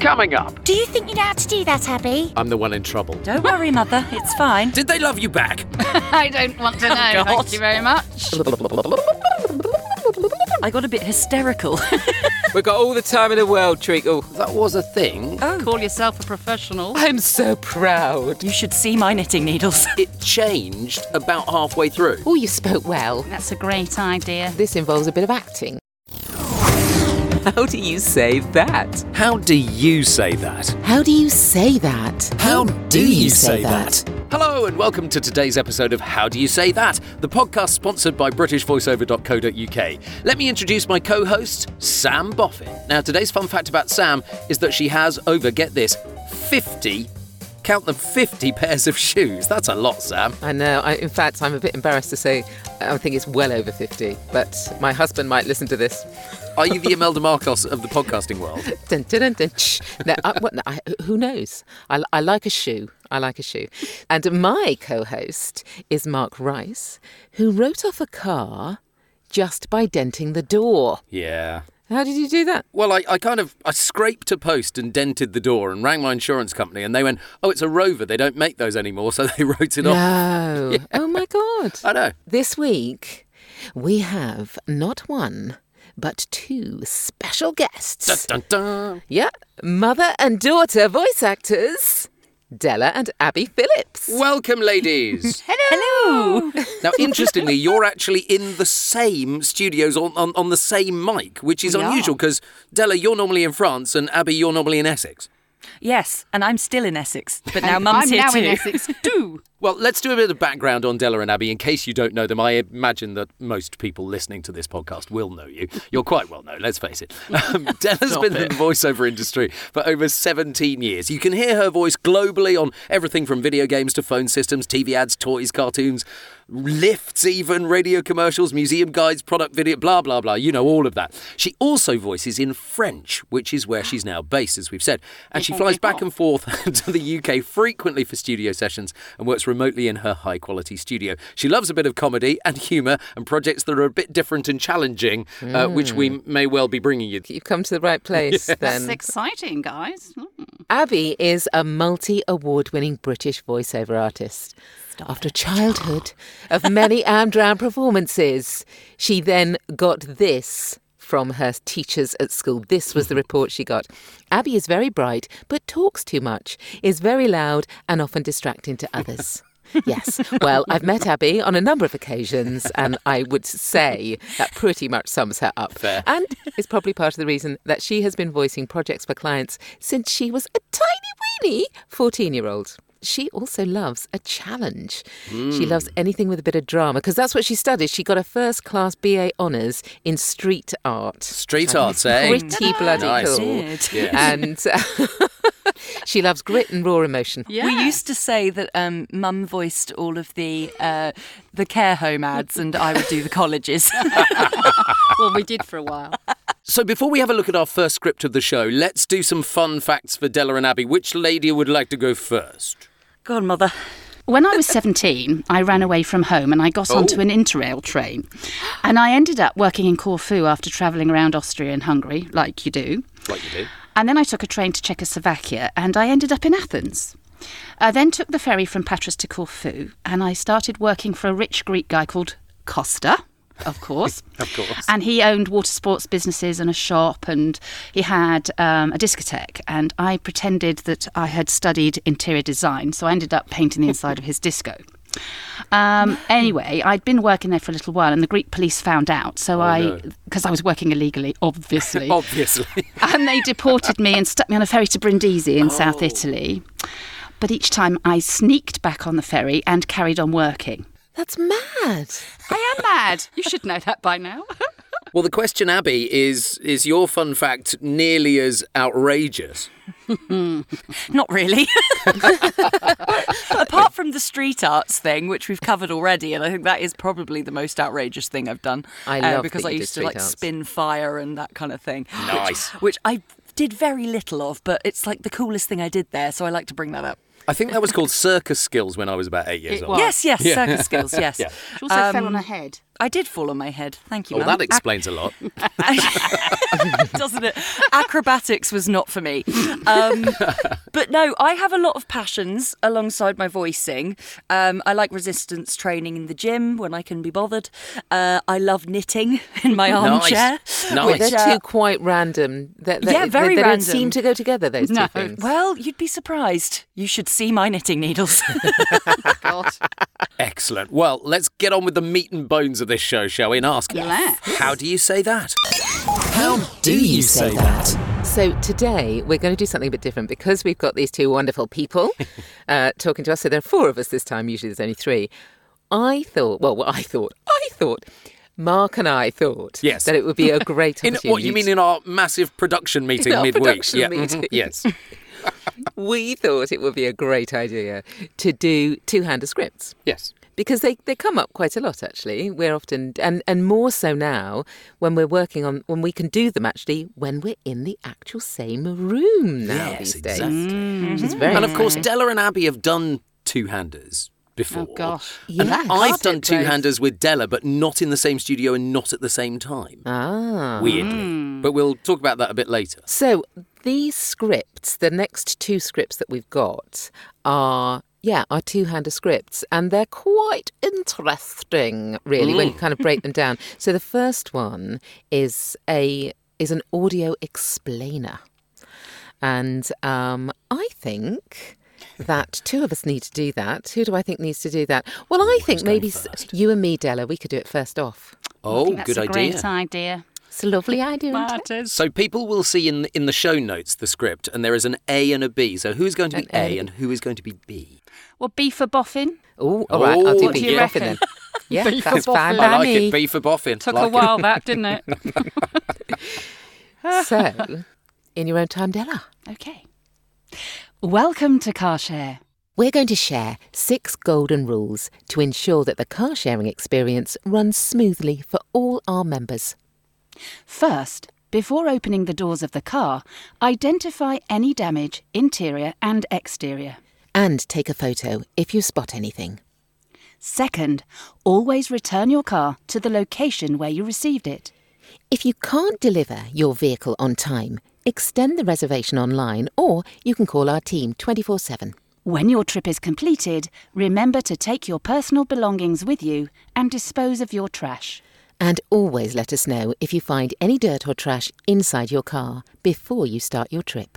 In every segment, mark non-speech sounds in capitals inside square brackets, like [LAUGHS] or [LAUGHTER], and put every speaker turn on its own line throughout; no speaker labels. Coming up.
Do you think you know how to do that, Abby?
I'm the one in trouble.
Don't worry, Mother. It's fine.
Did they love you
[LAUGHS]
back?
[LAUGHS] I don't want to know.
God.
Thank you very much.
[LAUGHS] I got a bit hysterical. [LAUGHS]
We've got all the time in the world, Treacle.
That was a thing.
[LAUGHS]
Oh,
Call yourself a professional.
I'm so proud.
you should see my knitting needles.
It changed about halfway through.
Oh, you spoke well.
[LAUGHS] That's a great idea.
This involves a bit of acting.
How do you say that?
How do you say that?
How do you say that?
Hello and welcome to today's episode of How Do You Say That, the podcast sponsored by BritishVoiceover.co.uk. Let me introduce my co host, Sam Boffin. Now, today's fun fact about Sam is that she has over, get this, 50, count them 50 pairs of shoes. That's a lot, Sam.
I know. I, in fact, I'm a bit embarrassed to say I think it's well over 50, but my husband might listen to this.
Are you the Imelda Marcos of the podcasting world?
Dun, dun, dun, dun, shh. No, I, what, no, I, who knows? I, I like a shoe. I like a shoe. And my co host is Mark Rice, who wrote off a car just by denting the door.
Yeah.
How did you do that?
Well, I, I kind of I scraped a post and dented the door and rang my insurance company and they went, "Oh, it's a Rover. They don't make those anymore." [LAUGHS] So they wrote it off.
[LAUGHS] No. Oh, my God.
I know.
This week, we have not one, but two special guests.
Dun, dun, dun.
Yeah, mother and daughter voice actors, Della and Abby Phillips.
Welcome, ladies.
Hello.
now, interestingly, you're actually in the same studios on, on, on the same mic, which is unusual because Della, you're normally in France, and Abby, you're normally in Essex.
Yes, and I'm still in Essex, but now
And
Mum's
I'm
here
now
too.
in Essex
[LAUGHS]
too.
Well, let's do a bit of background on Della and Abby in case you don't know them. I imagine that most people listening to this podcast will know you. You're quite well known, let's face it. Um, Della's been in the voiceover industry for over 17 years. You can hear her voice globally on everything from video games to phone systems, TV ads, toys, cartoons, lifts, even radio commercials, museum guides, product video, blah, blah, blah. You know, all of that. She also voices in French, which is where she's now based, as we've said. And she flies back and forth [LAUGHS] to the UK frequently for studio sessions and works remotely in her high quality studio. She loves a bit of comedy and humour and projects that are a bit different and challenging, uh, which we may well be bringing you.
You've come to the right [LAUGHS] place
That's
then.
exciting, guys. Mm.
Abby is a multi award winning British voiceover artist. After a childhood of many Amdram performances, she then got this from her teachers at school. This was the report she got. Abby is very bright, but talks too much, is very loud, and often distracting to others. yes. Well, I've met Abby on a number of occasions, and I would say that pretty much sums her up. And is probably part of the reason that she has been voicing projects for clients since she was a tiny weeny 14 year old. She also loves a challenge.
Hmm.
She loves anything with a bit of drama because that's what she studied. She got a first class BA honours in street art.
Street arts, eh?
Pretty bloody
Nice.
cool.
Did.
Yeah.
And [LAUGHS] she loves grit and raw emotion.
Yeah.
We used to say that um, Mum voiced all of the uh, the care home ads, and I would do the colleges. [LAUGHS]
well, we did for a while.
So, before we have a look at our first script of the show, let's do some fun facts for Della and Abby. Which lady would like to go first?
Go on, Mother.
[LAUGHS] When I was 17, I ran away from home and I got onto an interrail train. And I ended up working in Corfu after travelling around Austria and Hungary, like you do.
Like you do.
And then I took a train to Czechoslovakia and I ended up in Athens. I then took the ferry from Patras to Corfu and I started working for a rich Greek guy called Costa, of course. [LAUGHS] of course. And he owned water sports businesses and a shop and he had um, a discotheque. And I pretended that I had studied interior design, so I ended up painting the inside of his disco. [LAUGHS] Um, anyway, I'd been working there for a little while, and the Greek police found out. So I, because I was working illegally, Oh, [LAUGHS]
[LAUGHS]
obviously
Obviously.
and they deported me and stuck me on a ferry to Brindisi in South
Oh.
Italy. But each time I sneaked back on the ferry and carried on working.
That's mad.
I am mad. You should know that by [LAUGHS] now.
Well, the question, Abby, is is your fun fact nearly as outrageous?
Not really. [LAUGHS] Apart from the street arts thing, which we've covered already, and I think that is probably the most outrageous thing I've done. uh,
I love that
because I
you did
used to
street
like
arts.
spin fire and that kind
[GASPS]
of thing. which-
Nice.
Which, I did very little of, but it's like the coolest thing I did there, so I like to bring that up.
I think that was called circus skills when I was about eight years
It
old.
was.
[LAUGHS]
Yes, yes, circus skills, yes.
Um, She also fell on her head.
I did fall on my head. Thank
Oh,
you,
Well,
Mum.
that explains a lot.
[LAUGHS] doesn't it? Acrobatics was not for me. Um, but no, I have a lot of passions alongside my voicing. Um, I like resistance training in the gym when I can be bothered. Uh, I love knitting in my armchair.
Nice.
which,
They're
uh,
two quite random. They're, they
Yeah, very
they, they
random.
don't seem to go together, those
No.
two things.
[LAUGHS] well, you'd be surprised. You should see my knitting needles. [LAUGHS]
God.
Excellent. Well, let's get on with the meat and bones of this show, shall we? And ask,
Let's.
how do you say that?
do you say that? So today we're going to do something a bit different because we've got these two wonderful people uh, talking to us. So there are four of us this time. Usually there's only three. I thought. Well, what I thought. I thought. Mark and I thought
Yes.
that it would be a
[LAUGHS]
great
In
opportunity.
what you mean in our massive production meeting
our
midweek?
production
yeah.
meeting.
[LAUGHS] yes.
we thought it would be a great idea to do two-hander scripts.
Yes.
because they, they come up quite a lot actually we're often and, and more so now when we're working on when we can do them actually when we're in the actual same room now
Yes,
these days
exactly.
Mm.
Mm.
which is very
And of course,
exciting.
Della and Abby have done two handers before.
Oh, gosh.
And
Yes.
I've done two handers with Della, but not in the same studio and not at the same time.
ah
Weirdly.
Hmm.
But we'll talk about that a bit later.
so these scripts the next two scripts that we've got are yeah, are two-hander scripts, and they're quite interesting, really, when you kind of break them down. So the first one is a is an audio explainer. And um, I think that two of us need to do that. Who do I think needs to do that? Well, I think maybe s- you and me, Della, we could do it first off.
Oh,
That's
good
a
idea.
great idea.
It's a lovely idea. isn't it?
So people will see in in the show notes the script, and there is an A and a B. So who's going to be
An
A,
A.
and who is going to be B?
Well, B for boffin.
Ooh, all right, I'll
Oh,
do
what
beef
do you [LAUGHS]
boffin then.
reckon?
Yeah,
Beef
that's
boffin.
fine.
I
by
I like
me.
it. B for boffin.
Took
Like
a
it.
while, that, didn't
[LAUGHS]
it?
So, in your own time, Della.
okay. Welcome to Carshare.
We're going to share six golden rules to ensure that the car sharing experience runs smoothly for all our members.
First, before opening the doors of the car, identify any damage, interior and exterior.
And take a photo if you spot anything.
Second, always return your car to the location where you received it.
If you can't deliver your vehicle on time, extend the reservation online or you can call our team 24 7.
When your trip is completed, remember to take your personal belongings with you and dispose of your trash.
And always let us know if you find any dirt or trash inside your car before you start your trip.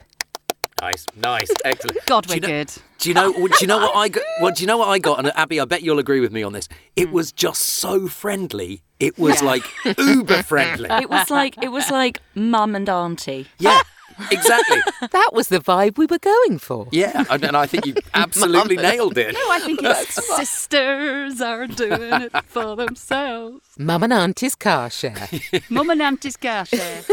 Nice, nice, excellent.
[LAUGHS] God,
Do
we're
you know-
good.
Do you know? Do you know what [LAUGHS] I got? Well, do you know what I got? And uh, Abby, I bet you'll agree with me on this. It was just so friendly. It was like uber friendly. [LAUGHS]
it was like it was like mum and auntie.
Yeah, exactly.
That was the vibe we were going for.
Yeah, and, and I think [LAUGHS] you absolutely nailed it.
Oh,
[LAUGHS]
I think it's sisters are doing it for themselves.
Mum and Auntie's car share.
[LAUGHS] Mum and
[LAUGHS]
Auntie's Carshare.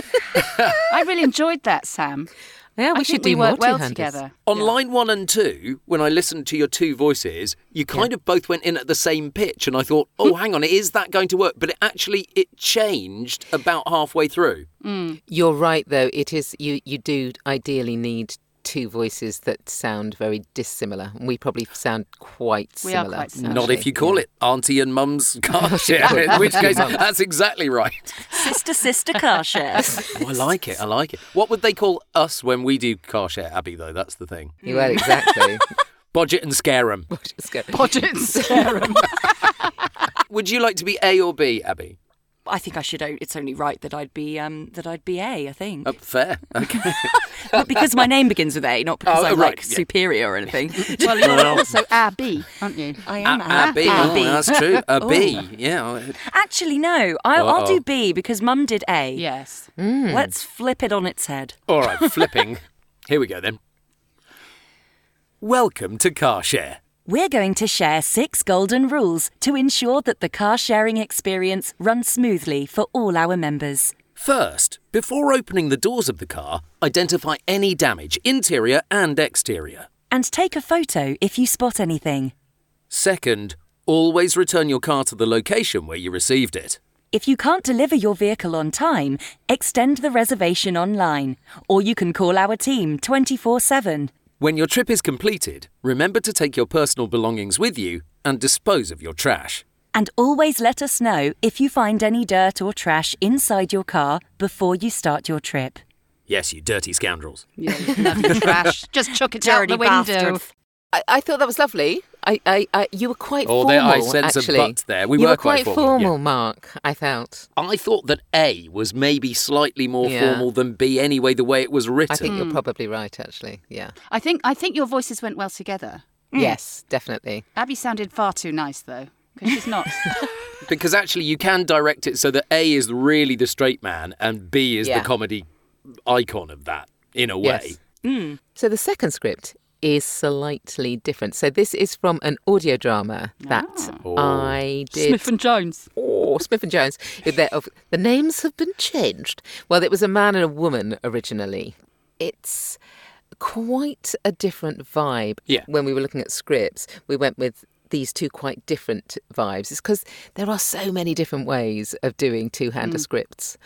I really enjoyed that, Sam.
Yeah, we
I think
should
Oh,
do
we
more
work well
two-handers.
together.
On line one and two, when I listened to your two voices, you kind of both went in at the same pitch, and I thought, "Oh, hang on, is that going to work?" But it actually it changed about halfway through.
You're right, though. It is you. You do ideally need two voices that sound very dissimilar. We probably sound quite
We are
similar.
quite similar.
Not if you call it auntie and mum's [LAUGHS] car share, in which case that's exactly right.
Sister sister car share.
Oh, I like it. I like it. What would they call us when we do car share, Abby? Though that's the thing.
it.
[LAUGHS]
Well, exactly. [LAUGHS]
Bodget and Scareham.
Just go.
Would you like to be A or B, Abby?
I think I should. o- It's only right that I'd be um, that I'd be A. I think
Oh, fair. Okay.
But because my name begins with A, not because
Oh,
I'm
right,
like
yeah.
superior or
[LAUGHS]
anything. [LAUGHS]
Well, you're also Abby, aren't you?
I
A,
am
a B. Oh, that's true. A B. Yeah.
Actually, no. I'll, I'll
Uh-oh.
do B because Mum did
[LAUGHS]
A. Hmm.
Yes.
Let's flip it on its head.
All right, flipping. Here we go then. Welcome to Car Share.
We're going to share six golden rules to ensure that the car sharing experience runs smoothly for all our members.
First, before opening the doors of the car, identify any damage, interior and exterior.
And take a photo if you spot anything.
Second, always return your car to the location where you received it.
If you can't deliver your vehicle on time, extend the reservation online, or you can call our team 24 7.
When your trip is completed, remember to take your personal belongings with you and dispose of your trash.
And always let us know if you find any dirt or trash inside your car before you start your trip.
Yes, you dirty scoundrels.
[LAUGHS] Lovely trash. Just chuck it out the
Dirty
window.
bastards.
I, I thought that was lovely. I, I, I you were quite
Oh,
formal.
there- I sense a
actually.
but there. We
you
were
were
quite
quite,
formal, yeah.
Mark. I felt.
I thought that A was maybe slightly more
Yeah.
formal than B anyway, the way it was written.
I
um,
think you're probably right. Actually, yeah.
I think I think your voices went well together.
Yes, definitely.
Abby sounded far too nice though, because she's
[LAUGHS]
not. [LAUGHS]
Because actually, you can direct it so that A is really the straight man and B is
Yeah.
the comedy icon of that, in a way.
Yes. So the second script is slightly different. So this is from an audio drama that I did.
and Jones.
Oh, Smith and Jones. They're of- The names have been changed. Well, it was a man and a woman originally. It's quite a different vibe.
Yeah.
When we were looking at scripts, we went with these two quite different vibes. It's because there are so many different ways of doing two-hander scripts,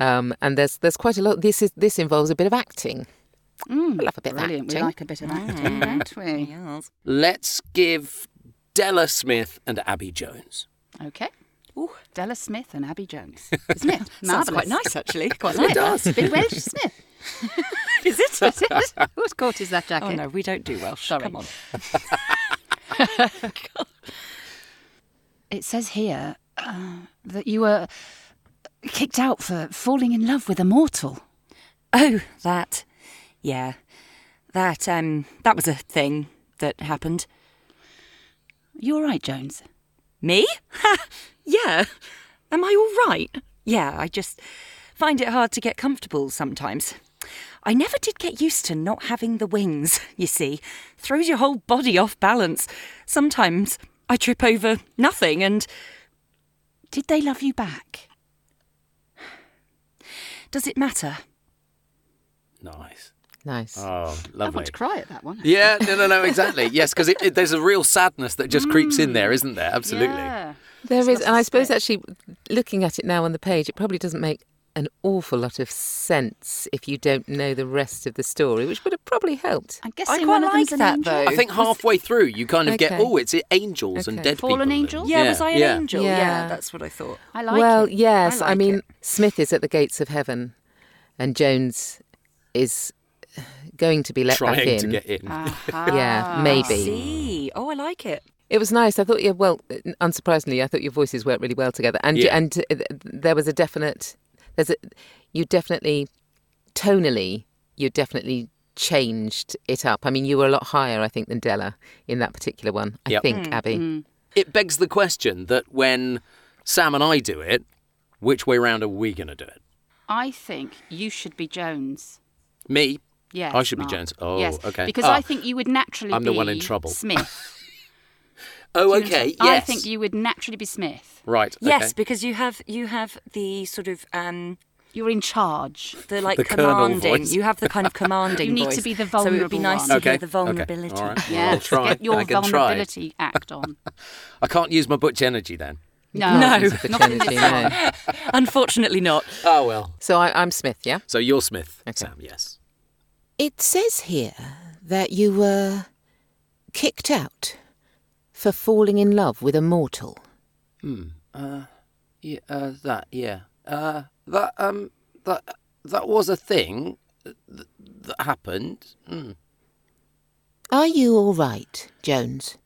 um, and there's there's quite a lot. This is this involves a bit of acting. I love a bit
Mm, Brilliant.
of
We
acting.
like a bit of acting, don't we?
Let's give Della Smith and Abby Jones.
Okay. Della Smith and Abby
[LAUGHS]
Jones. Smith.
Sounds quite
Marvellous.
nice, actually. [LAUGHS] Quite
It does. Big Welsh Smith.
[LAUGHS] Is it?
[LAUGHS] Is it? What court is that jacket?
Oh no, we don't do Welsh.
Sorry.
Come on.
It says here uh, that you were kicked out for falling in love with a mortal.
Oh, that. Yeah. That um that was a thing that happened.
You all right, Jones?
Me? [LAUGHS] Ha! yeah. Am I all right? Yeah, I just find it hard to get comfortable sometimes. I never did get used to not having the wings, [LAUGHS] you see. Throws your whole body off balance. Sometimes I trip over nothing and
Did they love you back?
does it matter?
Nice.
Nice.
Uh,
Oh,
I
lovely.
want to cry at that one.
Yeah, no, no, no, exactly. Yes, because it, it, there's a real sadness that just creeps in there, isn't there? Absolutely.
Yeah.
There is, and I suppose actually, looking at it now on the page, it probably doesn't make an awful lot of sense if you don't know the rest of the story, which would have probably helped.
I'm
I
guessing
quite
one of
like
them's an
that
angel.
though.
I think halfway through, you kind of get,
Okay.
oh, it's angels and
Okay.
dead
Fallen
people. and-
angels?
Yeah, was I an
yeah.
angel?
Yeah.
that's what I thought.
I like
well,
it.
yes, I,
like
mean,
it.
Smith is at the gates of heaven, and Jones is going to be let back
Trying
in.
to get in.
Ah.
[LAUGHS]
yeah, maybe.
See, oh, I like it.
It was nice. I thought, yeah, well, unsurprisingly, I thought your voices worked really well together, and
Yeah.
and uh, there was a definite, there's a, you definitely, tonally, you definitely changed it up. I mean, you were a lot higher, I think, than Della in that particular one. I
Yep.
think Abby.
It begs the question that when Sam and I do it, which way round are we going to do it?
I think you should be Jones.
Me?
Yes.
I should be
Mark.
Jones. Oh,
yes.
okay.
Because
Ah,
I think you would naturally
I'm
be
the one in trouble.
Smith.
[LAUGHS] Oh, okay. Yes.
I think you would naturally be Smith.
Right.
Yes,
okay.
because you have you have the sort of um
You're in charge.
the like
The colonel
commanding.
voice.
You have the
[LAUGHS]
kind of commanding.
You need to
voice.
be the
So it would be
vulnerable
nice
one.
to
Okay.
hear the vulnerability.
Okay. All [LAUGHS] right.
Yes.
I'll try.
Get your
I can try.
vulnerability act
[LAUGHS]
on.
I can't use my butch energy then.
No.
No.
[LAUGHS]
It's a paternity, no.
Unfortunately, not.
Oh well.
So I, I'm Smith, yeah.
So you're Smith, Sam. Yes.
It says here that you were kicked out for falling in love with a mortal.
Yeah. Uh, that. Yeah. Uh, that. Um. That. That was a thing uh, that, that happened. Hmm.
Are you all right, Jones?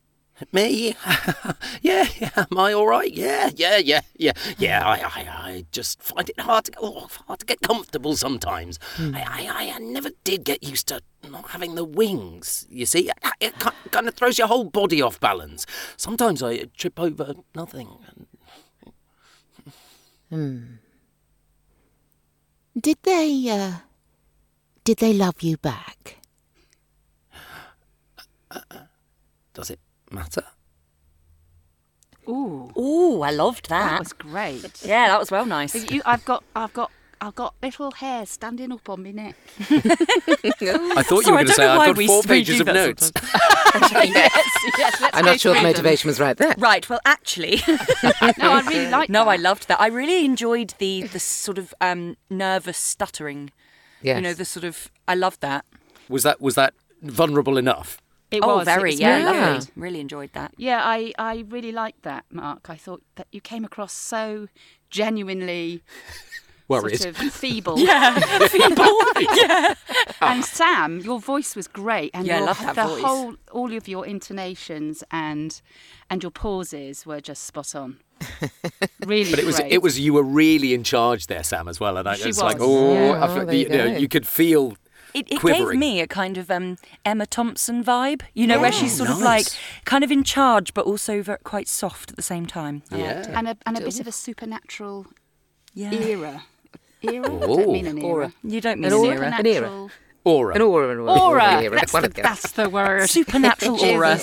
Me? [LAUGHS] yeah, yeah. Am I all right? Yeah, yeah, yeah, yeah, yeah. I, I, I just find it hard to, oh, hard to get comfortable sometimes. I, I, I never did get used to not having the wings. You see, it, it kind of throws your whole body off balance. Sometimes I trip over nothing.
Did they, uh, did they love you back?
Does it matter?
Ooh,
Ooh, I loved that.
that was great.
yeah, that was well nice.
You, I've got, I've got, I've got little hairs standing up on my
[LAUGHS]
neck.
I thought
Sorry, I don't know why we- we do that
yes, let's
I'm
go
not sure the
through them.
motivation was right there.
Right. Well, actually,
No, I really like.
[LAUGHS] no,
that. [LAUGHS]
I loved that. I really enjoyed the the sort of um, nervous stuttering.
Yes.
You know, the sort of I loved that.
Was that was that vulnerable enough?
It
oh,
was. It
very,
was
yeah,
really
lovely.
good.
Really enjoyed
[LAUGHS]
that.
Yeah, I, I really liked that, Mark. I thought that you came across so genuinely
Worried.
sort of feeble.
[LAUGHS] Yeah,
[LAUGHS] And Sam, your voice was great, and
Yeah, I
your,
love that
the
voice.
whole, all of your intonations and and your pauses were just spot on. Really,
But it was it was you were really in charge there, Sam, as well. And I,
She
it's like,
was.
oh,
Yeah.
I
Oh,
feel-
there
you,
you
know,
go.
you could feel.
It, it gave
Quivering.
me a kind of um, Emma Thompson vibe, you know, where she's sort of like
Oh, nice.
kind of in charge, but also ver quite soft at the same time. I liked it.
and a and a bit of a supernatural
Yeah.
era. Era? I
Oh.
don't mean an era.
You don't
An
mean
aura.
Zara.
An era.
Supernatural
Aura.
An aura, an aura,
Aura.
an aura.
That's,
One
the,
of them.
that's the word.
[LAUGHS] Supernatural aura.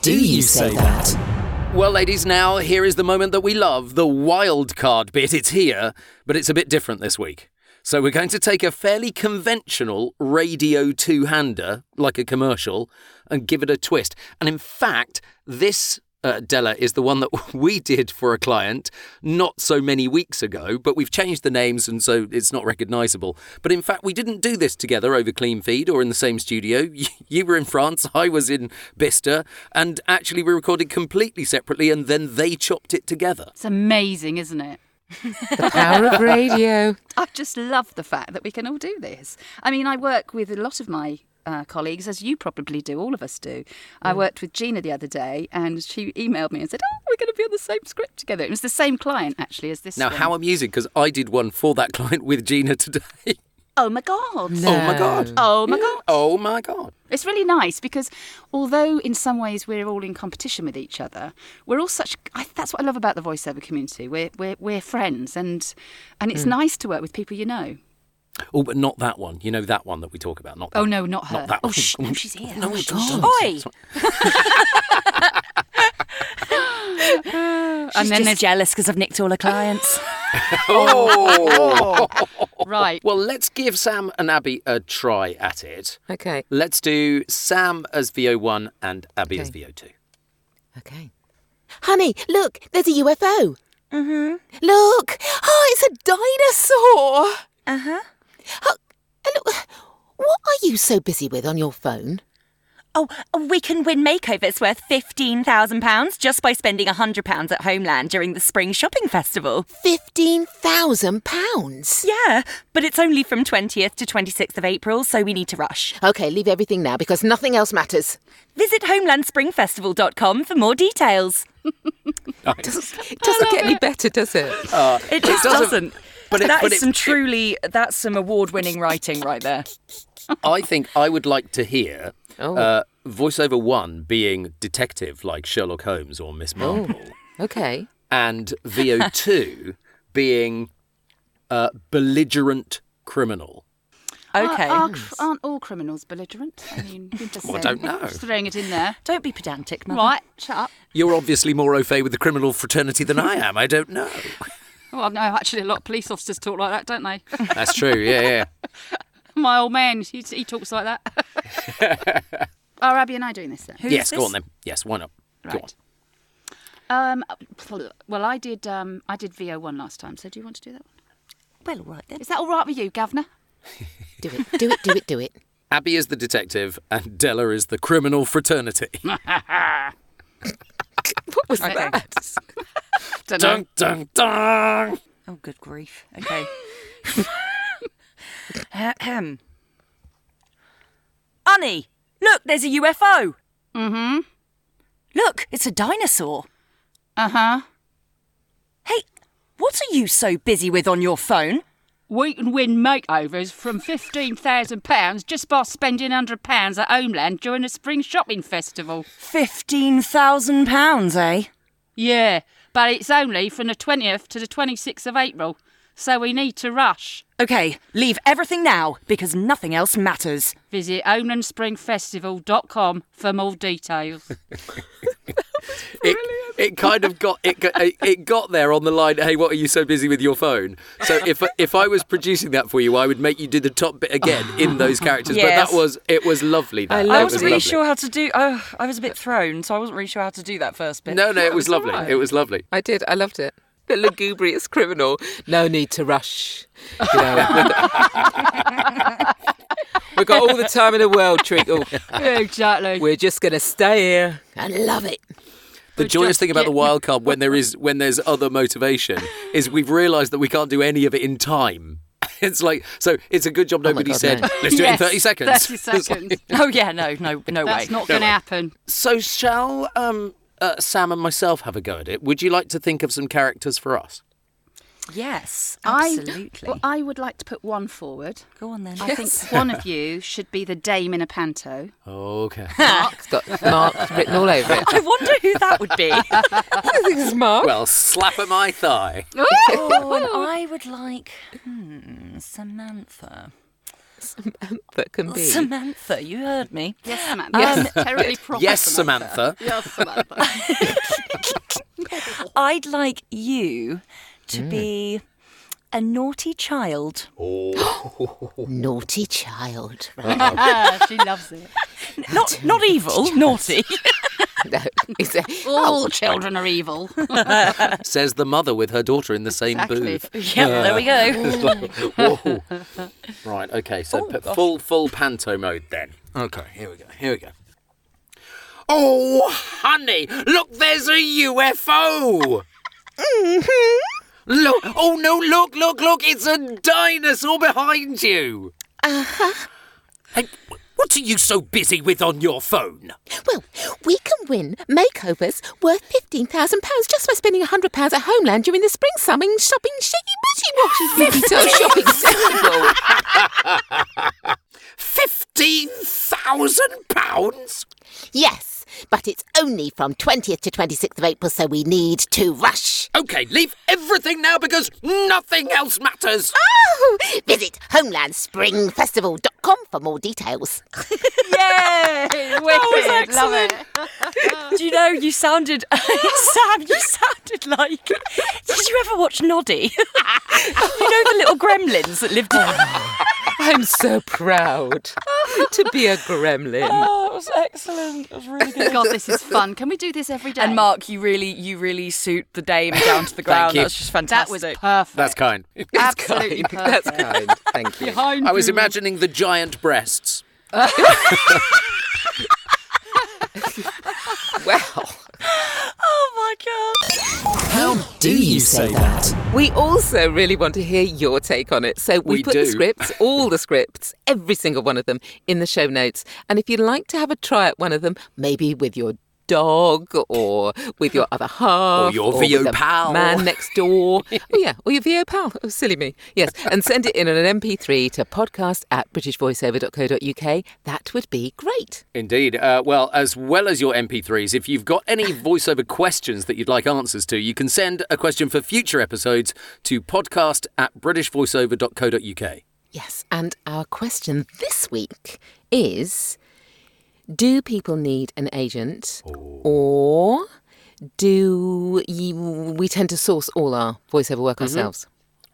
Do you say that? Well, ladies, now here is the moment that we love the wild card bit. It's here, but it's a bit different this week. So we're going to take a fairly conventional radio two hander, like a commercial, and give it a twist. And in fact, this. Uh, Della is the one that [LAUGHS] we did for a client not so many weeks ago, but we've changed the names and so it's not recognisable. But in fact, we didn't do this together over Clean Feed or in the same studio. [LAUGHS] You were in France, I was in Bicester, and actually we recorded completely separately and then they chopped it together.
It's amazing, isn't it?
The power of radio.
I just love the fact that we can all do this. I mean, I work with a lot of my uh, colleagues, as you probably do, all of us do. I worked with Gina the other day, and she emailed me and said, "Oh, we're going to be on the same script together." It was the same client actually as this.
Now,
one.
how amusing, because I did one for that [LAUGHS] client with Gina today.
Oh my god!
Oh my God.
Oh my god!
Oh my God.
It's really nice because although in some ways we're all in competition with each other, we're all such. I, that's what I love about the voiceover community. We're we're, we're friends, and and it's nice to work with people you know.
Oh, but not that one. You know that one that we talk about. Not that
Oh no, not her.
Not that
oh,
one.
sh- no, she's here.
No,
Oi!
and then
they're jealous because I've nicked all her clients.
there's right.
Well, let's give Sam and Abby a try at it.
Okay.
Let's do Sam as VO1 and Abby as VO2.
Okay. Honey, look, there's a UFO. Mm-hmm. Look, oh, it's a dinosaur. Uh-huh. Oh, and look, what are you so busy with on your phone?
[GASPS] oh, we can win makeovers worth £15,000 just by spending £100 at Homeland during the spring shopping festival.
Fifteen thousand pounds.
Yeah, but it's only from 20th to 26th of April, so we need to rush.
Okay, leave everything now because nothing else [LAUGHS] matters.
Visit homelandspringfestival.com for more details.
It doesn't get any better, does it?
It just
doesn't.
doesn't.
But
But
it-
that
but
is
it-
some
it-
truly, that's some award winning writing right there.
I think I would like to hear
Oh.
uh, voiceover one being detective like Sherlock Holmes or Miss Marple,
Okay.
and VO2 being uh, belligerent criminal.
Okay.
Are, not all criminals belligerent? I mean, you're just
Well, I
saying-
don't know.
Just throwing it in there.
Don't be pedantic, Mother.
Right, shut up.
You're obviously more au fait with the criminal fraternity than I am. I don't know.
Well, no, Oh, actually, a lot of police officers talk like that, don't they? [LAUGHS]
That's true. Yeah, yeah.
My old man, he, he talks like that. Are Abby and I doing this then?
Who's
yes, go
this?
on then. Yes, why not? Go on.
Right. Um, well, I did. Um, I did VO1 last time. So, do you want to do that one?
Well, all right then.
Is that all right with you, Governor?
Do it, do it, do it, do [LAUGHS] it.
Abby is the detective and Della is the criminal fraternity.
What was that?
dun, dun, dun.
Oh, good grief. Okay. Ahem. Annie, look, there's a UFO. Mm hmm. Look, it's a dinosaur.
Uh huh.
Hey, what are you so busy with on your phone?
We can win makeovers from fifteen thousand pounds just by spending hundred pounds at Homeland during a spring shopping festival.
£15,000, eh?
Yeah, but it's only from the 20th to the 26th of April, so we need to rush.
Okay, leave everything now because nothing else matters.
Visit olandspringfestival.com for more details.
It, it kind of got it, got- it got there on the line. Hey, what are you so busy with your phone? So if if I was producing that for you, I would make you do the top bit again in those characters.
Yes.
But that was it was lovely. That
I
That
love
I
it
was
wasn't really
lovely.
sure how to do. Oh, I was a bit thrown, so I wasn't really sure how to do that first bit.
No, no, it was lovely. It was lovely.
I did. I loved it. the lugubrious criminal. No need to rush. You know. [LAUGHS] We've got all the time in the world, Treacle.
[LAUGHS]
exactly.
We're just going to stay here and love it.
The joyous thing about the
getting-
wild card when there is when there's other motivation is we've realised that we can't do any of it in time. [LAUGHS] It's like so. It's a good job nobody
God,
said.
no.
Let's do it in thirty seconds. [LAUGHS]
30
It's like-
seconds.
[LAUGHS] Oh yeah, no, no, no way.
That's not going to happen.
so shall um, uh, Sam and myself have a go at it? Would you like to think of some characters for us?
yes,
I-
absolutely.
Well, I would like to put one forward.
Go on then.
I think one of you should be the dame in a panto.
Okay.
It's got Mark written all over it.
[LAUGHS] I wonder who that would [LAUGHS] be.
this is Mark.
well, slap at my thigh.
oh, and I would like hmm, Samantha.
that can be.
Samantha, you heard me.
Yes, Samantha. Yes. Terribly
[LAUGHS]
proper
Yes, Samantha.
Yes, Samantha.
I'd like you to be a naughty child.
Naughty child.
Ah, she loves it.
Not not evil, naughty. [LAUGHS]
No, it's a-
All children are evil.
Says the mother with her daughter in the same
Exactly.
booth.
yeah, there we [LAUGHS] go.
[LAUGHS] Whoa. Right. Okay. So p- full full panto mode then. Okay. Here we go. Here we go. Oh, honey! Look, there's a UFO. Look! Oh no! Look! Look! Look! It's a dinosaur behind you. Uh huh. Hey, wh- what are you so busy with on your phone?
Well, we can win makeovers worth £15,000 just by spending £100 at Homeland during the spring summer shopping shaky bushy washy detail shopping [LAUGHS] festival.
Fifteen thousand pounds.
Yes, but it's only from 20th to 26th of April, so we need to rush.
Okay, leave everything now because nothing else matters.
Oh! Visit homelandspringfestival.com for more details.
Yay!
Wicked, love it.
[LAUGHS] Do you know you sounded [LAUGHS] Sam? You sounded like. Did you ever watch Noddy? [LAUGHS] you know the little gremlins that lived. [LAUGHS] Oh,
I'm so
[LAUGHS]
proud to be a gremlin.
Oh, that was excellent. That was really good.
[LAUGHS] God, this is fun. Can we do this every day?
And Mark, you really, you really suit the dame down to the ground.
you.
That was just
that
fantastic.
was perfect.
That's kind.
Absolutely perfect.
That's kind. Thank you.
I was imagining the giant breasts.
Wow.
Oh my god!
Do you say that?
We also really want to hear your take on it. So we,
We
put the
do.
scripts, all the scripts, every single one of them in the show notes. And if you'd like to have a try at one of them, maybe with your dog or with your
[LAUGHS]
other half
Or your
with
VO
the
pal.
man next
[LAUGHS]
door oh yeah or your VO pal oh silly me yes and send it in on an mp3 to podcast at britishvoiceover.co.uk that would be great
Indeed. Uh, well, as well as your MP3s, if you've got [LAUGHS] any voiceover questions that you'd like answers to, you can send a question for future episodes to podcast at britishvoiceover.co.uk.
Yes, and our question this week is Do people need an agent?
Oh.
Or do you, we tend to source all our voiceover work
Mm-hmm.
ourselves?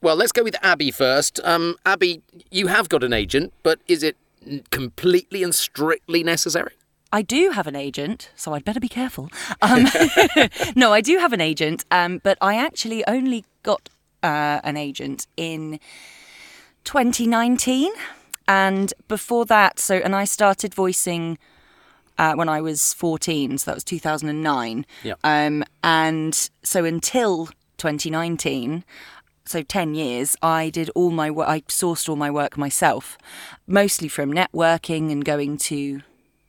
Well, let's go with Abby first. Um, Abby, you have got an agent, but is it n- completely and strictly necessary?
I do have an agent, so I'd better be careful. Um, [LAUGHS] no, I do have an agent, um, but I actually only got uh, an agent in 2019, and before that, so and I started voicing uh, when I was 14, so that was 2009.
Yep.
Um, and so until 2019, so 10 years, I did all my work, I sourced all my work myself, mostly from networking and going to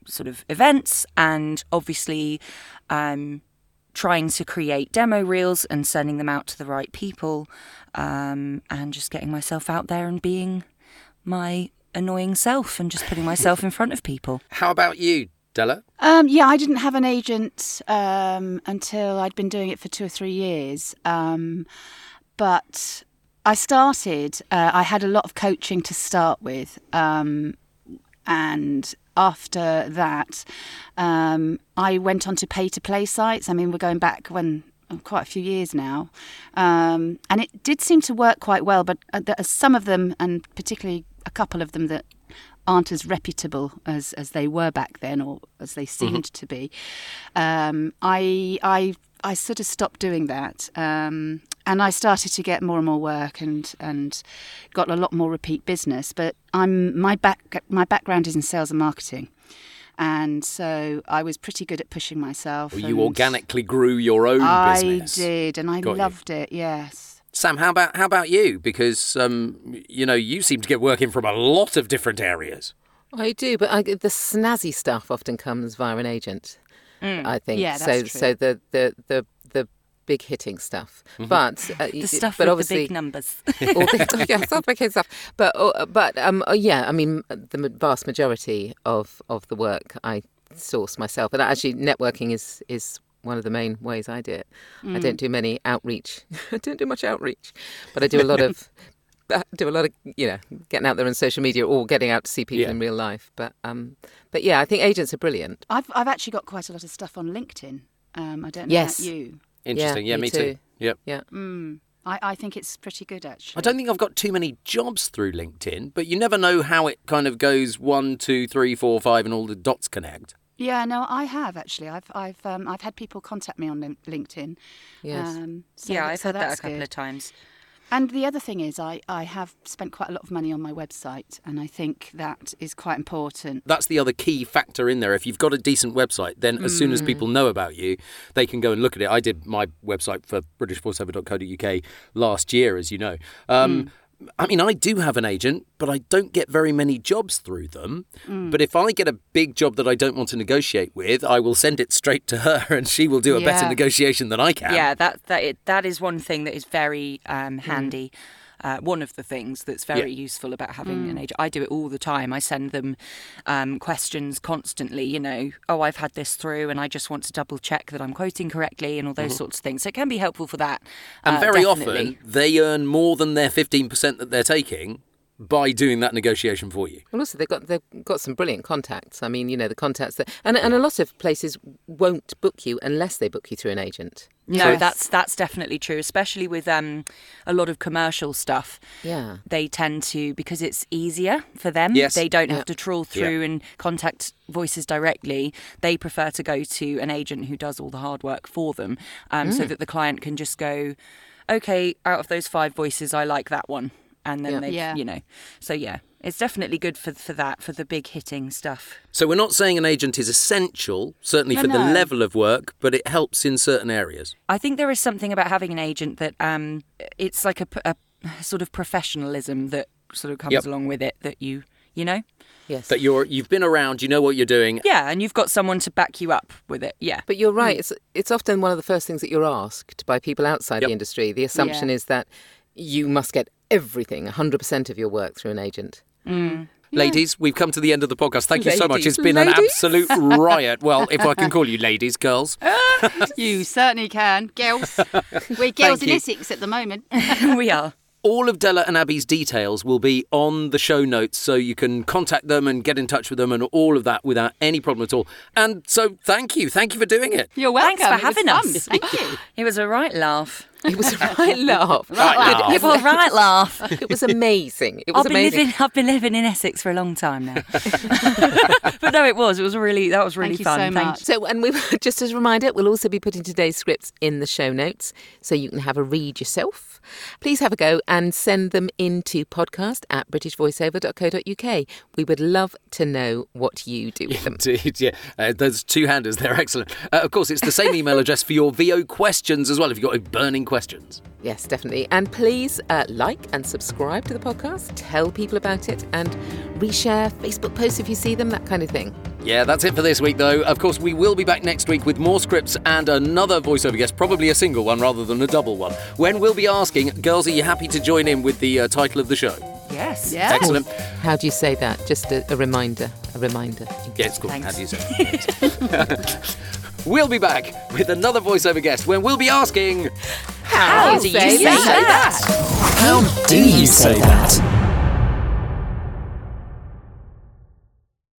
sort of events and obviously um, trying to create demo reels and sending them out to the right people um, and just getting myself out there and being my annoying self and just putting [LAUGHS] myself in front of people.
How about you, Della?
Um, yeah, I didn't have an agent um, until I'd been doing it for two or three years. Um, but I started, uh, I had a lot of coaching to start with. Um, and after that, um, I went on to pay to play sites. I mean, we're going back when oh, quite a few years now. Um, and it did seem to work quite well, but uh, there are some of them, and particularly a couple of them, that aren't as reputable as, as they were back then or as they seemed to be. Um, I, I, I sort of stopped doing that. Um, and I started to get more and more work and and got a lot more repeat business. But I'm my back my background is in sales and marketing, and so I was pretty good at pushing myself.
Well, you
and
organically grew your own
I
business.
did, and I
Got you.
loved it. Yes.
Sam, how about how about you? Because um, you know you seem to get working from a lot of different areas.
I do, but I, the snazzy stuff often comes via an agent.
Mm.
I think.
Yeah,
so.
that's true.
So the the the the big hitting stuff, but uh,
Mm-hmm. The stuff
but
with
obviously,
the big [LAUGHS] numbers.
all the, [LAUGHS] yeah, South African stuff. But uh, but um, uh, yeah, I mean, the ma- vast majority of of the work I source myself, and actually, networking is is one of the main ways I do it. I don't do many outreach. [LAUGHS] I don't do much outreach, but I do a lot of. [LAUGHS] I Do a lot of you know getting out there on social media or getting out to see people
Yeah.
in real life, but um, but yeah, I think agents are brilliant.
I've I've actually got quite a lot of stuff on LinkedIn. Um, I don't know
Yes.
about you.
Interesting. Yeah,
me
me
too.
Yep.
Yeah,
I, I think it's pretty good actually.
I don't think I've got too many jobs through LinkedIn, but you never know how it kind of goes one, two, three, four, five, and all the dots connect.
Yeah, no, I have actually. I've I've um, I've had people contact me on Lin- LinkedIn.
Yes.
Um, so
yeah,
that-
I've
so
had that a
that's
couple
good.
of times.
And the other thing is, I I have spent quite a lot of money on my website, and I think that is quite important.
That's the other key factor in there. If you've got a decent website, then as soon as people know about you, they can go and look at it. I did my website for BritishVoiceover.co.uk last year, as you know. Um, I mean, I do have an agent, but I don't get very many jobs through them. But if I get a big job that I don't want to negotiate with, I will send it straight to her [LAUGHS] and she will do a better
Yeah.
negotiation than I can.
Yeah, that that it, that is one thing that is very
Mm.
um, handy. Uh, one of the things that's very useful about having
Mm.
an agent. I do it all the time. I send them um, questions constantly. You know, oh, I've had this through, and I just want to double check that I'm quoting correctly, and all those sorts of things. So it can be helpful for that.
Mm-hmm. And
uh,
very
definitely.
often, they earn more than their 15% that they're taking by doing that negotiation for you.
Well, also they've got they've got some brilliant contacts. I mean, you know, the contacts that and and a lot of places won't book you unless they book you through an agent.
No,
Yes.
that's that's definitely true, especially with um, a lot of commercial stuff.
Yeah.
They tend to because it's easier for them.
Yes.
They don't have to trawl through and contact voices directly. They prefer to go to an agent who does all the hard work for them, um,
Mm.
so that the client can just go, okay, out of those five voices, I like that one, and then they,
Yeah.
you know, so yeah, it's definitely good for for that for the big hitting stuff.
So we're not saying an agent is essential, certainly
No,
for the
no.
level of work, but it helps in certain areas.
I think there is something about having an agent that um, it's like a, p- a sort of professionalism that sort of comes
Yep.
along with it that you you know
Yes.
That you're you've been around, you know what you're doing.
yeah and you've got someone to back you up with it yeah [LAUGHS]
But you're
Hmm.
right. It's it's often one of the first things that you're asked by people outside
Yep.
the industry. The assumption is that you must get everything, 100% of your work through an
[LAUGHS]
agent.
Ladies, we've come to the end of the podcast. Thank you so much. It's
Ladies.
been an
Ladies?
absolute riot. Well, if I can call you ladies, girls.
You certainly can,
[LAUGHS]
girls. We're girls in
you.
Essex at the moment.
we are
All of Della and Abby's details will be on the show notes, so you can contact them and get in touch with them and all of that without any problem at all. And so, thank you, thank you for doing it.
You're welcome.
thanks for
It was
having
fun.
us
Thank you.
[LAUGHS] it was a
[LAUGHS]
right laugh
It was a right laugh.
Right
Oh,
laugh.
it was a
[LAUGHS]
right laugh
It was amazing. It was
I've been
amazing.
living I've been living in Essex for a long
[LAUGHS]
time now [LAUGHS] but no it was it was really that was really
Thank you
fun
so
Thank-
much.
So, and we [LAUGHS] just as a reminder, we'll also be putting today's scripts in the show notes so you can have a read yourself. Please have a go and send them in to podcast at britishvoiceover.co.uk. We would love to know what you
[LAUGHS]
do with them.
Indeed, yeah. Uh, those two handers, they're [LAUGHS] excellent. Uh, of course, it's the same email address for your VO questions as well if you've got any burning questions.
Yes, definitely. And please uh, like and subscribe to the podcast, tell people about it, and reshare Facebook posts if you see them, that kind of thing.
Yeah, that's it for this week, though. Of course, we will be back next week with more scripts and another voiceover guest, probably a single one rather than a double one, when we'll be asking, girls, are you happy to join in with the uh, title of the show?
yes
Yeah.
Excellent.
How do you say that? Just a, a reminder, a reminder.
Yeah, it's cool. How do you say it? [LAUGHS] We'll be back with another voiceover guest when we'll be asking,
How
do you say that?
How do you say that?